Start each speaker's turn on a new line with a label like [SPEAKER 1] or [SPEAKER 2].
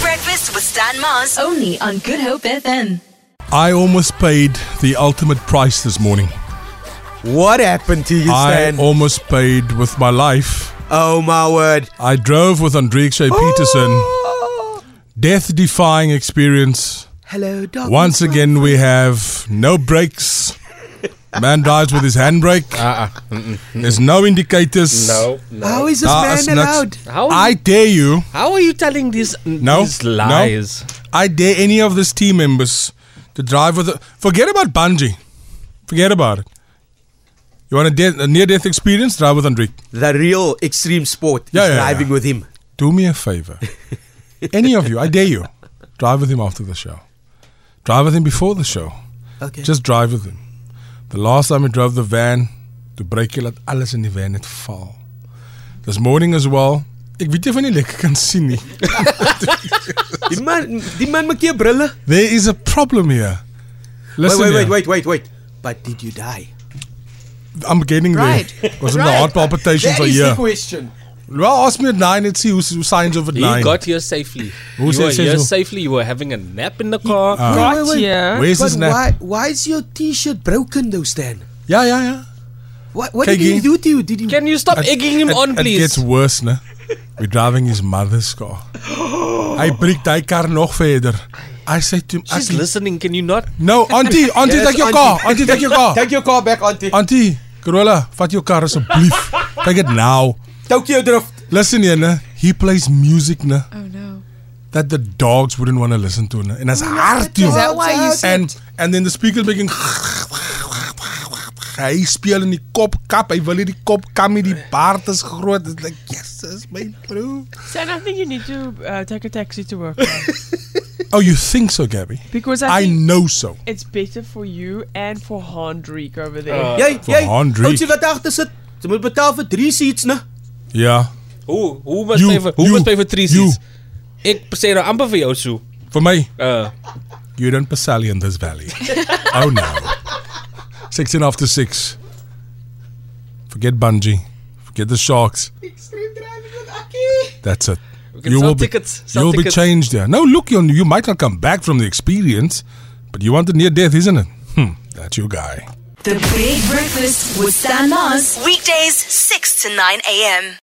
[SPEAKER 1] Breakfast with Stan Mars.
[SPEAKER 2] Only on Good Hope FM.
[SPEAKER 3] I almost paid the ultimate price this morning.
[SPEAKER 4] What happened to you,
[SPEAKER 3] I
[SPEAKER 4] Stan?
[SPEAKER 3] almost paid with my life.
[SPEAKER 4] oh my word.
[SPEAKER 3] I drove with Andrikshay Peterson. Death defying experience.
[SPEAKER 4] Oh. Hello, Doc.
[SPEAKER 3] Once again, we have no brakes. Man drives with his handbrake. There's no indicators.
[SPEAKER 5] Uh-uh. No, no.
[SPEAKER 4] How is this
[SPEAKER 3] Ah,
[SPEAKER 4] man
[SPEAKER 3] it's nuts.
[SPEAKER 4] allowed?
[SPEAKER 5] How,
[SPEAKER 3] I dare you.
[SPEAKER 5] how are you telling these,
[SPEAKER 3] No,
[SPEAKER 5] these
[SPEAKER 3] no.
[SPEAKER 5] lies?
[SPEAKER 3] I dare any of this team members to drive with. A, forget about bungee. Forget about it. You want a, de- a near-death experience? Drive with Andrik.
[SPEAKER 4] The real extreme sport
[SPEAKER 3] Yeah,
[SPEAKER 4] is
[SPEAKER 3] yeah,
[SPEAKER 4] driving
[SPEAKER 3] yeah.
[SPEAKER 4] with him.
[SPEAKER 3] Do me a favor. any of you, I dare you. Drive with him after the show. Drive with him before the show.
[SPEAKER 4] Okay.
[SPEAKER 3] Just drive with him. The last time we drove the van, toe breek jy dat alles in die van net val. This morning as well. Ek weet nie of jy nie lekker kan sien nie.
[SPEAKER 4] die man, die man maak hier brille.
[SPEAKER 3] There is a problem here.
[SPEAKER 4] Wait,
[SPEAKER 3] Listen
[SPEAKER 4] wait, wait,
[SPEAKER 3] here.
[SPEAKER 4] wait, wait, wait. But did you die?
[SPEAKER 3] I'm getting
[SPEAKER 4] Right.
[SPEAKER 3] there. Wasn't the
[SPEAKER 4] Right.
[SPEAKER 3] heart palpitations
[SPEAKER 4] That
[SPEAKER 3] are
[SPEAKER 4] is
[SPEAKER 3] here.
[SPEAKER 4] the
[SPEAKER 3] Ja.
[SPEAKER 4] question.
[SPEAKER 3] Well, ask me at nine. Let's see who, who signs over at
[SPEAKER 5] You
[SPEAKER 3] nine.
[SPEAKER 5] got here safely.
[SPEAKER 3] Who
[SPEAKER 5] you
[SPEAKER 3] said
[SPEAKER 5] were
[SPEAKER 3] says
[SPEAKER 5] here
[SPEAKER 3] who?
[SPEAKER 5] safely. You were having a nap in the car.
[SPEAKER 3] Ah.
[SPEAKER 4] Wait, wait, wait.
[SPEAKER 3] Where's
[SPEAKER 4] But
[SPEAKER 3] his nap?
[SPEAKER 4] why, why is your T-shirt broken, though, Stan?
[SPEAKER 3] Yeah, yeah, yeah.
[SPEAKER 4] What, what
[SPEAKER 3] Kyk
[SPEAKER 4] did he
[SPEAKER 3] hier.
[SPEAKER 4] do to you? Did he?
[SPEAKER 5] Can you stop egging him
[SPEAKER 3] it,
[SPEAKER 5] on,
[SPEAKER 3] It gets
[SPEAKER 5] please?
[SPEAKER 3] worse, ne? We're driving his mother's car. Hy breek daai kar nog verder. I said to him,
[SPEAKER 5] She's
[SPEAKER 3] "Auntie,
[SPEAKER 5] listening. Can you not?
[SPEAKER 3] No, auntie, auntie,
[SPEAKER 4] Yes,
[SPEAKER 3] take your
[SPEAKER 4] auntie.
[SPEAKER 3] car. Auntie, take your car.
[SPEAKER 4] Take your car back, auntie.
[SPEAKER 3] auntie, Corolla, vat your car asseblief. take it now.
[SPEAKER 4] Tokyo drift.
[SPEAKER 3] Listen here, ne? He plays music, ne?
[SPEAKER 6] Oh no. Oh,
[SPEAKER 3] That the dogs wouldn't want to listen to, ne? And that's hard,
[SPEAKER 4] Is that
[SPEAKER 3] joh.
[SPEAKER 4] why you
[SPEAKER 3] And and then the speaker's making Hy speel in die kop kap. Hy wil nie die kop kam nie. Die baard is groot. It's like, "Yes, is my bro."
[SPEAKER 6] Stan, I think you need to uh, take a taxi to work
[SPEAKER 3] Oh, you think so, Gabby?
[SPEAKER 6] because I,
[SPEAKER 3] I
[SPEAKER 6] think
[SPEAKER 3] know so.
[SPEAKER 6] it's better for you and for Hendrik over there.
[SPEAKER 4] Jy,
[SPEAKER 3] Vir
[SPEAKER 4] jy.
[SPEAKER 3] Hendrik.
[SPEAKER 4] Ons wat agter sit. Jy moet betaal vir 3 seats, né?
[SPEAKER 3] Yeah.
[SPEAKER 5] Who who must
[SPEAKER 3] You,
[SPEAKER 5] pay for who
[SPEAKER 3] you,
[SPEAKER 5] must pay for three
[SPEAKER 3] you.
[SPEAKER 5] seats? Ek sê nou amper vir jou so.
[SPEAKER 3] For me,
[SPEAKER 5] Uh,
[SPEAKER 3] you don't Pasali in this valley. oh no. Six and after six. Forget bungee. Forget the sharks. That's it.
[SPEAKER 5] can sell tickets,
[SPEAKER 3] Be,
[SPEAKER 5] sell
[SPEAKER 3] you will
[SPEAKER 5] tickets.
[SPEAKER 3] be changed there. No, look, you you might not come back from the experience, but you want the near death, isn't it? Hmm, that's your guy.
[SPEAKER 2] The Big Breakfast with Stan Mars.
[SPEAKER 1] Weekdays, 6 to 9 a.m.